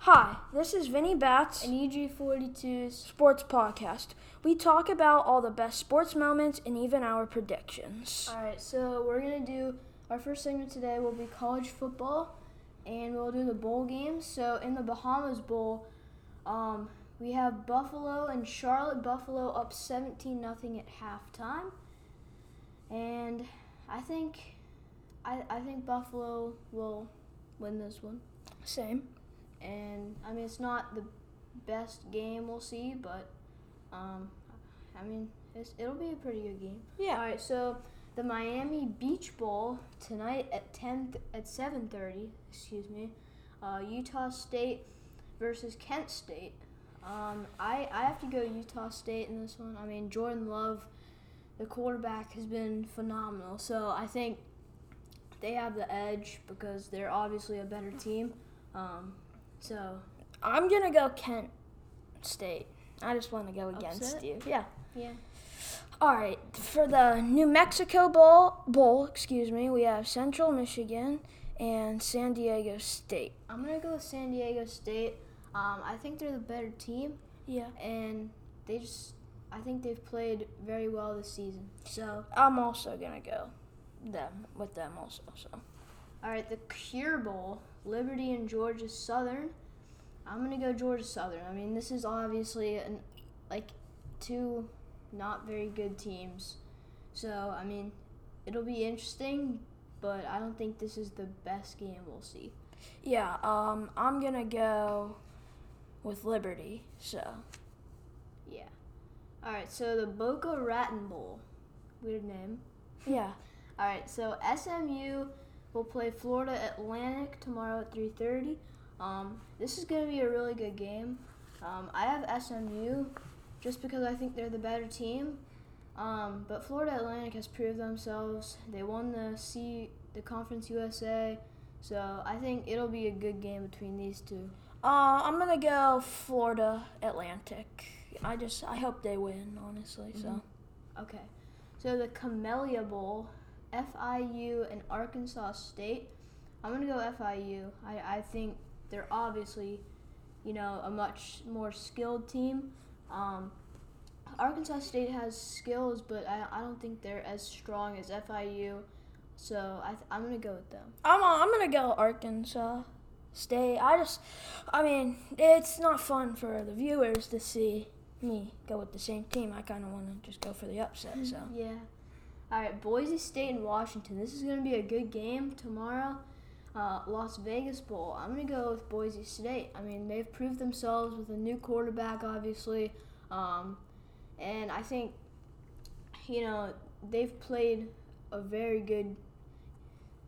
Hi, this is Vinny Batts and EG42's. Sports Podcast. We talk about all the best sports moments and even our predictions. Alright, so we're going to do our first segment today will be college football and we'll do the bowl games. So in the Bahamas Bowl, um, we have Buffalo and Charlotte Buffalo up 17 nothing at halftime. And I think I, I think Buffalo will win this one. Same. and I mean it's not the best game we'll see, but um, I mean it's, it'll be a pretty good game. All Yeah. right, so the Miami Beach Bowl tonight at ten th- at seven thirty. Excuse me, uh, Utah State versus Kent State. Um, I I have to go Utah State in this one. I mean Jordan Love, the quarterback has been phenomenal. So I think they have the edge because they're obviously a better team. Um, so I'm going to go Kent State. I just want to go against Upset? you. Yeah. yeah. All right. For the New Mexico Bowl, bowl, excuse me, we have Central Michigan and San Diego State. I'm gonna go with San Diego State. Um, I think they're the better team, Yeah. and they just I think they've played very well this season. So, I'm also going to go them with them also. So all right, the Cure Bowl, Liberty and Georgia Southern. I'm gonna go Georgia Southern. I mean, this is obviously an like two not very good teams. So, I mean, it'll be interesting, but I don't think this is the best game we'll see. Yeah, um, I'm gonna go with Liberty. So Yeah. All right, so the Boca Raton Bowl, weird name. yeah, All right, so SMU will play Florida Atlantic tomorrow at 3:30. Um, this is going to be a really good game. Um, I have SMU just because I think they're the better team. Um, but Florida Atlantic has proved themselves. They won the C the Conference USA, so I think it'll be a good game between these two. uh, I'm gonna go Florida Atlantic. I just I hope they win, honestly. So Okay. So the Camellia Bowl, FIU and Arkansas State. I'm gonna go FIU. I, I think they're obviously, you know, a much more skilled team. Um, Arkansas State has skills, but I, I don't think they're as strong as FIU. So I th- I'm gonna go with them. I'm uh, I'm gonna go Arkansas State. I just I mean it's not fun for the viewers to see me go with the same team. I kind of want to just go for the upset. So Yeah. All right, Boise State and Washington. This is going to be a good game tomorrow. Uh, Las Vegas Bowl. I'm going to go with Boise State. I mean, they've proved themselves with a new quarterback, obviously. Um, and I think, you know, they've played a very good.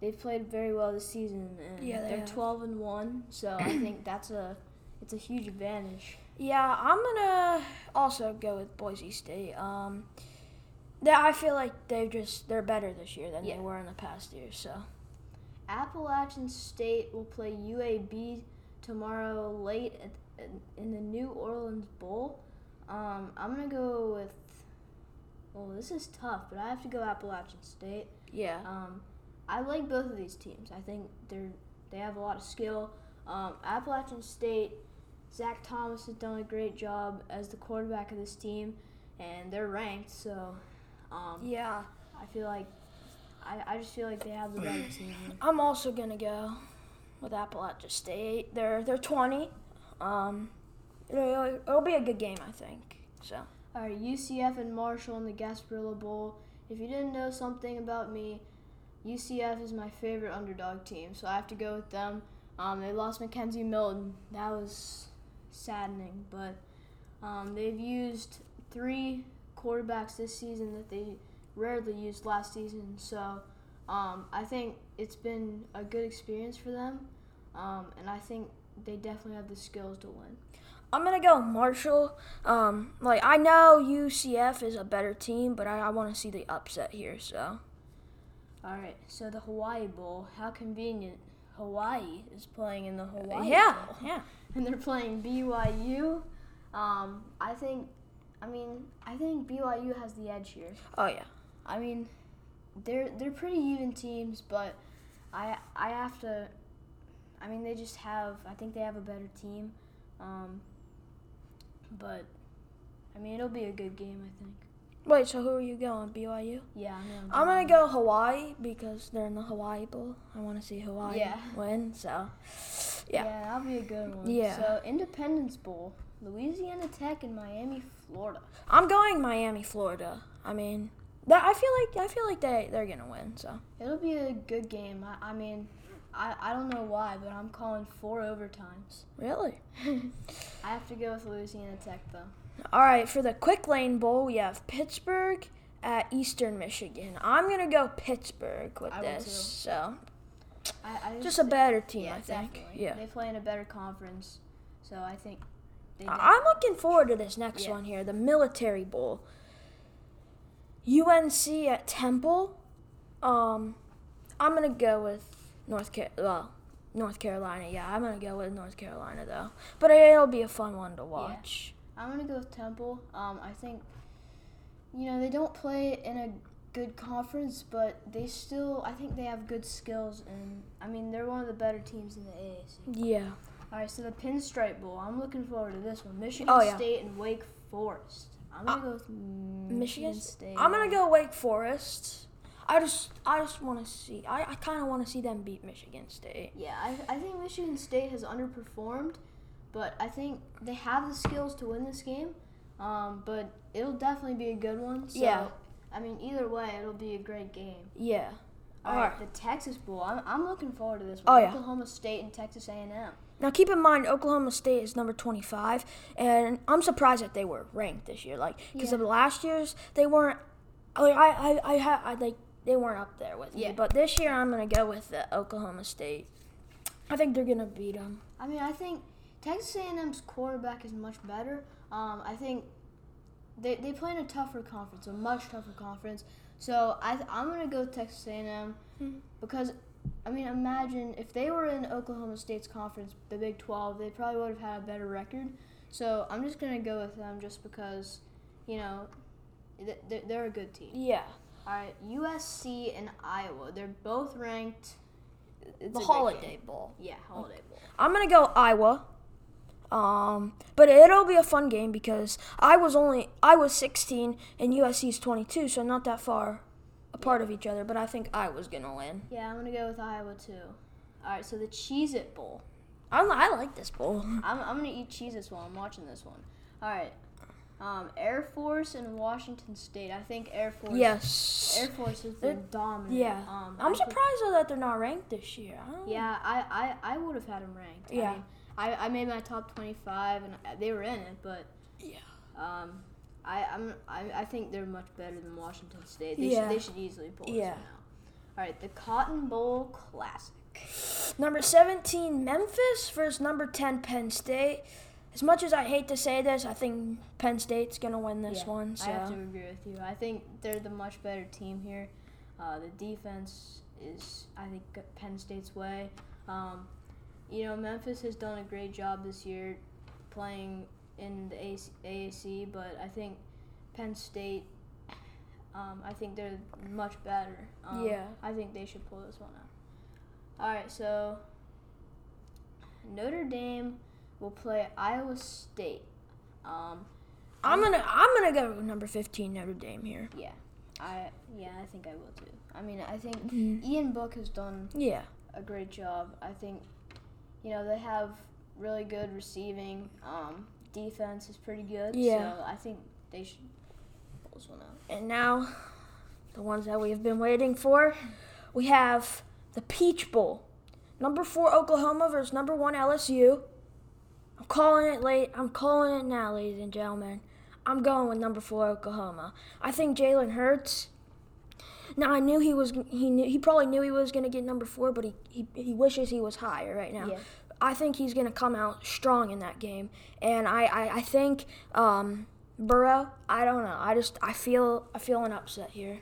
They've played very well this season, and Yeah, they they're have. 12 and one. So I think that's a, it's a huge advantage. yeah, I'm gonna also go with Boise State. Um, that I feel like they just they're better this year than Yeah. they were in the past year. So. Appalachian State will play UAB tomorrow late at, in the New Orleans Bowl. Um, I'm gonna go with. Well, this is tough, but I have to go Appalachian State. Yeah. Um, I like both of these teams. I think they're they have a lot of skill. Um, Appalachian State, Zach Thomas has done a great job as the quarterback of this team, and they're ranked. So, um, Yeah. I feel like I, I just feel like they have the better team. I'm also gonna go with Appalachia State. They're they're 20. Um, it'll, it'll be a good game, I think. So. All right, UCF and Marshall in the Gasparilla Bowl. If you didn't know something about me, UCF is my favorite underdog team, so I have to go with them. Um, they lost Mackenzie Milton. That was saddening, but um, they've used three quarterbacks this season that they rarely used last season. So um, I think it's been a good experience for them, um, and I think they definitely have the skills to win. I'm gonna go Marshall. Um, like I know UCF is a better team, but I, I want to see the upset here. So All right, so the Hawaii Bowl. How convenient. Hawaii is playing in the Hawaii yeah, Bowl. yeah, And they're playing BYU. Um, I think, I mean, I think BYU has the edge here. oh yeah, I mean, they're they're pretty even teams, but I I have to I mean, they just have. I think they have a better team. Um, but I mean, it'll be a good game. I think. Wait, so who are you going? BYU? Yeah, I'm I'm gonna go Hawaii because they're in the Hawaii Bowl. I want to see Hawaii Yeah. win. So, Yeah. Yeah. that'll be a good one. Yeah. So Independence Bowl, Louisiana Tech and Miami, Florida. I'm going Miami, Florida. I mean, that I feel like I feel like they they're gonna win. So It'll be a good game. I, I mean, I, I don't know why, but I'm calling four overtimes. really, I have to go with Louisiana Tech though. all right. For the Quick Lane Bowl, we have Pittsburgh at Eastern Michigan. I'm gonna go Pittsburgh with I will this. too. So I, I just a better team, yeah, I think. definitely. Yeah. They play in a better conference, so I think. They def- I- I'm looking forward to this next Yeah. one here, the Military Bowl. UNC at Temple. Um, I'm gonna go with North Car- well, North Carolina. Yeah, I'm gonna go with North Carolina though. But it'll be a fun one to watch. I'm gonna go with Temple. Um, I think, you know, they don't play in a good conference, but they still, I think they have good skills, and I mean, they're one of the better teams in the AAC. Yeah. All right, so the Pinstripe Bowl. I'm looking forward to this one. Michigan Oh, yeah. Uh, State and Wake Forest. I'm gonna go with Michigan, Michigan State. I'm gonna go Wake Forest. I just I just want to see. I, I kind of want to see them beat Michigan State. Yeah, I, I think Michigan State has underperformed, but I think they have the skills to win this game. Um, but it'll definitely be a good one. So, Yeah. I mean, either way, it'll be a great game. Yeah. All All right, right. the Texas Bowl. I'm, I'm looking forward to this Oh, one. yeah. Oklahoma State and Texas A&M. Now keep in mind Oklahoma State is number 25 and I'm surprised that they were ranked this year like because of Yeah. last year's they weren't like I I I, ha, I like they weren't up there with Yeah. me but this year I'm going to go with the Oklahoma State. I think they're going to beat them. I mean, I think Texas A&M's quarterback is much better. Um, I think they, they play in a tougher conference, a much tougher conference. So I th- I'm gonna go with Texas A&M because I mean, imagine if they were in Oklahoma State's conference, the Big 12, they probably would have had a better record. So I'm just gonna go with them just because, you know, th- th- they're a good team. Yeah. All right, USC and Iowa, they're both ranked. It's a The good game. Holiday Bowl. Yeah, Holiday Bowl. I'm gonna go Iowa. Um, but it'll be a fun game because I was only I was 16 and USC's 22, so not that far apart of each other. But I think Iowa's gonna win. Yeah, I'm gonna go with Iowa too. All right, so the Cheez It Bowl. I, li- I like this bowl. I'm, I'm gonna eat Cheez Its while I'm watching this one. All right, um, Air Force and Washington State. I think Air Force. Yes. Air Force is the dominant. Yeah. Um, I I'm put- surprised though that they're not ranked this year. I don't- Yeah, I I, I would have had them ranked. I, Yeah. mean, I I made my top 25 and I- they were in it, but Yeah. um, I I'm, I I think they're much better than Washington State. They Yeah. should they should easily pull Yeah. this one out. All right, the Cotton Bowl Classic. Number 17 Memphis versus number 10 Penn State. As much as I hate to say this, I think Penn State's gonna win this Yeah, one. So I have to agree with you. I think they're the much better team here. Uh, the defense is, I think, Penn State's way. Um, you know, Memphis has done a great job this year playing in the AC AAC, but I think Penn State, um, I think they're much better. Um, Yeah. I think they should pull this one out. All right, so Notre Dame will play Iowa State. Um, I'm gonna I'm gonna go with number 15 Notre Dame here. Yeah, I yeah I think I will too. I mean I think Ian Book has done Mm-hmm. Yeah. a great job. I think you know they have really good receiving. Um, defense is pretty good. Yeah. So I think they should pull this one out. And now, the ones that we have been waiting for, we have the Peach Bowl. Number four Oklahoma versus number one LSU. I'm calling it late. I'm calling it now, ladies and gentlemen. I'm going with number four Oklahoma. I think Jalen Hurts. Now I knew he was. He knew. He probably knew he was going to get number four, but he, he he wishes he was higher right now. Yeah. I think he's going to come out strong in that game, and I I, I think um, Burrow. I don't know. I just I feel I feel an upset here.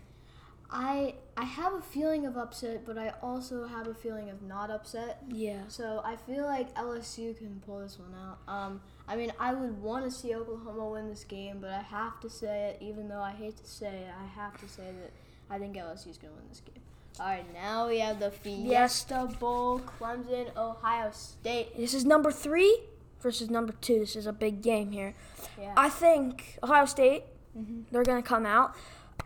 I I have a feeling of upset, but I also have a feeling of not upset. Yeah. So I feel like LSU can pull this one out. Um, I mean, I would want to see Oklahoma win this game, but I have to say it, even though I hate to say it, I have to say that I think LSU's going to win this game. All right, now we have the Fiesta Bowl, Clemson, Ohio State. This is number three versus number two. This is a big game here. Yeah. Mm-hmm. I think Ohio State, they're going to come out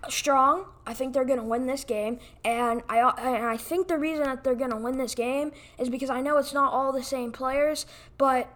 strong. I think they're going to win this game, and I and I think the reason that they're going to win this game is because I know it's not all the same players, but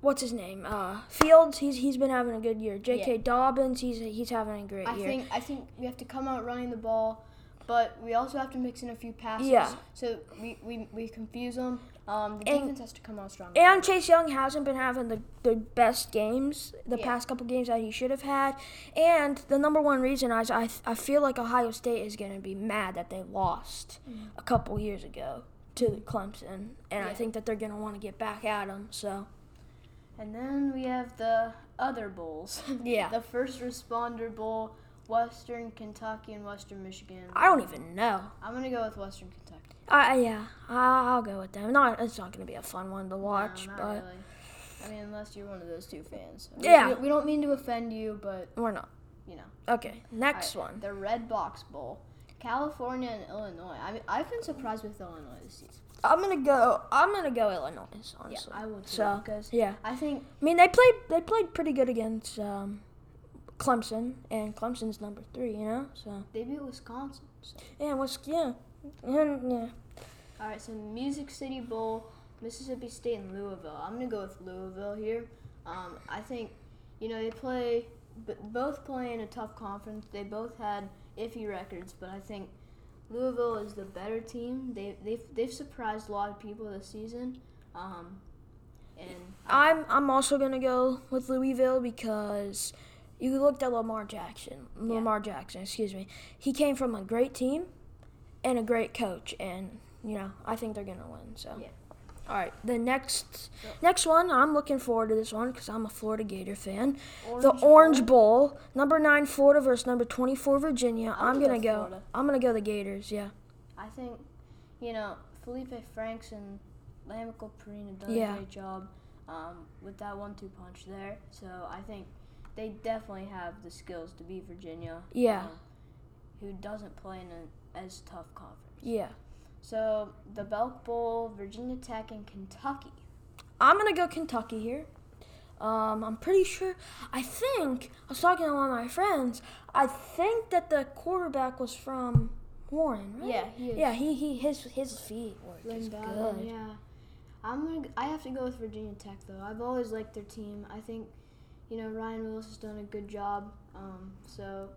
what's his name? Uh, Fields. He's he's been having a good year. J.K. Yeah. Dobbins. He's he's having a great I year. think I think we have to come out running the ball, but we also have to mix in a few passes. Yeah. So we, we, we confuse them. Um, the And- defense has to come out strong. And Chase Young hasn't been having the, the best games, the Yeah. past couple games that he should have had. And the number one reason is I, I feel like Ohio State is going to be mad that they lost a couple years ago to Clemson. And I Mm. Yeah. think that they're going to want to get back at them. So, And then we have the other bowls. Yeah. the first responder bowl, Western Kentucky and Western Michigan. I don't even know. I'm gonna go with Western Kentucky. I, I- yeah, I, I'll go with them. Not, it's not going to be a fun one to No, watch, not but really. I mean, unless you're one of those two fans. We- Yeah. We, we don't mean to offend you, but we're not. you know. Okay, next Alright, one. The Red Box Bowl, California and Illinois. I mean, I've been surprised with Illinois this season. I'm gonna go. I'm gonna go Illinois. Honestly, I would too, So because- yeah, I think I mean, they played they played pretty good against um, Clemson, and Clemson's number three, you know. So they beat Wisconsin. So. yeah, what's yeah, and, yeah. All right, so Music City Bowl, Mississippi State and Louisville. I'm gonna go with Louisville here. Um, I think, you know, they play, b- both play in a tough conference. They both had iffy records, but I think Louisville is the better team. They they've they've surprised a lot of people this season. Um, and I'm I'm also gonna go with Louisville because you looked at Lamar Jackson. Lamar Jackson, excuse me. He came from a great team and a great coach, and you know I think they're gonna win. So Yeah. all right, the next next one I'm looking forward to this one because I'm a Florida Gator fan. the Orange Orange Bowl. number nine Florida versus number twenty four Virginia. I'm, I'm gonna with go. Florida. I'm gonna go the Gators. Yeah. I think, you know, Felipe Franks and Lamico Perrine have done Yeah. a great job um, with that one-two punch there. So I think they definitely have the skills to beat Virginia. Yeah. um, who doesn't play in an as tough conference. Yeah. So the Belk Bowl, Virginia Tech, and Kentucky. I'm gonna go Kentucky here. Um, I'm pretty sure. I think I was talking to one of my friends. I think that the quarterback was from Warren, right? Yeah, he is. yeah. He, he his his feet work is Lindell, good. Yeah, I'm gonna. g- I have to go with Virginia Tech though. I've always liked their team. I think, you know, Ryan Willis has done a good job. Um, so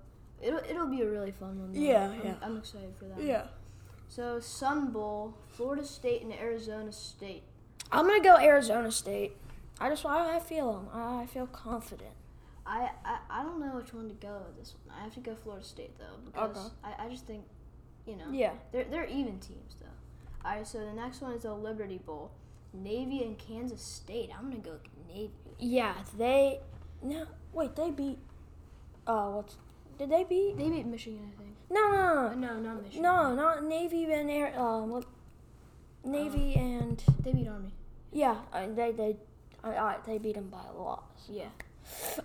it'll it'll be a really fun one. though. Yeah, I'm, yeah. I'm excited for that. So Sun Bowl, Florida State and Arizona State. I'm gonna go Arizona State. I just I, I feel I I feel confident. I, I I don't know which one to go with this one. I have to go Florida State though because Okay. I, I just think, you know, Yeah. they're they're even teams though. All right, so the next one is the Liberty Bowl, Navy and Kansas State. I'm gonna go with Navy. Yeah. They. No. Wait. They beat. Uh. What's. Did they beat? They beat Michigan, I think. No. No. No. Uh, no, not Michigan. No, not Navy and Air. Uh, what? Navy Uh. and They beat Army. yeah, uh, they they, all right, they beat them by a lot. Yeah.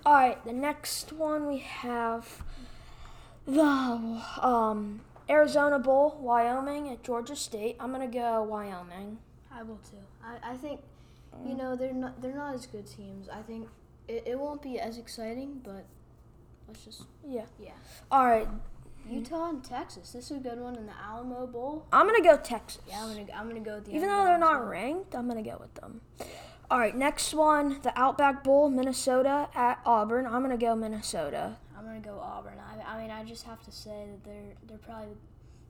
All right, the next one we have the um Arizona Bowl, Wyoming at Georgia State. I'm gonna go Wyoming. I will too. I, I think, Mm. you know, they're not they're not as good teams. I think it, it won't be as exciting, but let's just Yeah. yeah. All right, Mm-hmm. Utah and Texas. This is a good one in the Alamo Bowl. I'm gonna go Texas. Yeah, I'm gonna go- I'm gonna go with the Even Alamo though they're Bowl as not ranked, I'm gonna go with them. All right, next one, the Outback Bowl, Minnesota at Auburn. I'm gonna go Minnesota. well. I'm gonna go Auburn. I, I mean, I just have to say that they're they're probably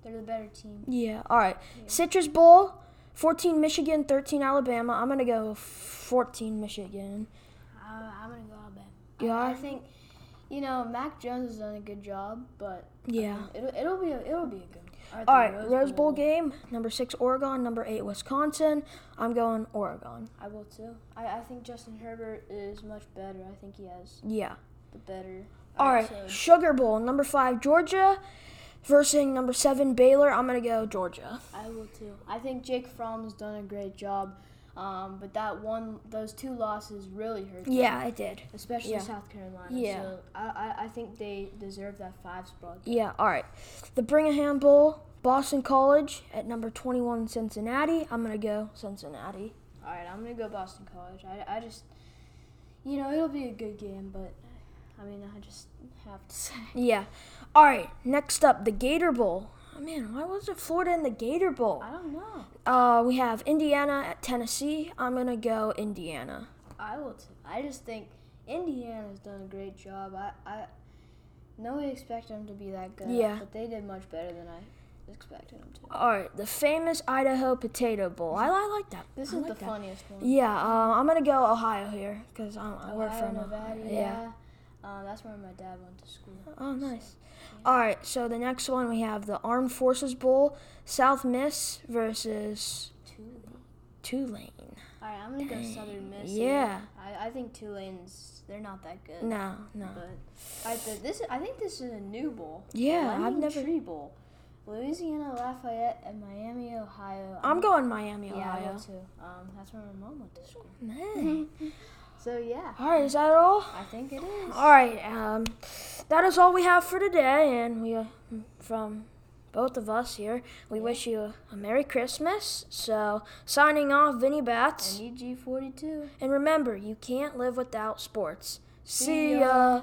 they're the better team. Yeah. All right. Citrus Bowl, 14 Michigan, 13 Alabama. I'm going to go 14 Michigan. I, I'm gonna go Alabama. Yeah, I, I- I think, you know, Mac Jones has done a good job, but Yeah. Mm, it'll it'll be a, it'll be a good. One. All right, All the right. Rose Bowl game, number 6 Oregon, number 8 Wisconsin. I'm going Oregon. I will too. I, I think Justin Herbert is much better. I think he has Yeah. the better. All right. so- Sugar Bowl, number 5 Georgia versus number 7 Baylor. I'm going to go Georgia. I will too. I think Jake Fromm's done a great job, um, but that one, those two losses really hurt. them, Yeah, I did. especially yeah. South Carolina. Yeah. So I, I, I think they deserve that five spot. Yeah. All right. The Brigham Bowl, Boston College at number 21, Cincinnati. I'm going to go Cincinnati. All right, I'm gonna go Boston College. I, I just, you know, it'll be a good game, but I mean, I just have to say. Yeah. All right, next up, the Gator Bowl. Oh, man, why was it Florida in the Gator Bowl? I don't know. Uh, we have Indiana at Tennessee. I'm going to go Indiana. I will. T- I just think Indiana's done a great job. I, I, nobody expected them to be that good. Yeah. But they did much better than I expected them to. All right, the famous Idaho Potato Bowl. I, I like that. This I is like the that. funniest one. Yeah, uh, I'm going to go Ohio here because I work Ohio, from Nevada. Ohio. Yeah. Uh, that's where my dad went to school. Oh, nice. All right, so the next one we have the Armed Forces Bowl, South Miss versus Tulane. Tulane. All right, I'm gonna go Southern Miss. here. yeah. I, I think Tulane's they're not that good. No, no. But I, but this I think this is a new bowl. Yeah, Lemon I've never. Tree Bowl. Louisiana Lafayette and Miami, Ohio. I'm going Miami, Yeah, I Ohio. will too. Um, that's where my mom went to school. Nice. So yeah, all right, is that all? I think it is. All right, um, that is all we have for today, and we, uh, from both of us here, we wish you a Merry Christmas. So, signing off, Vinny Bats. And EG42. And remember, you can't live without sports. See ya. ya.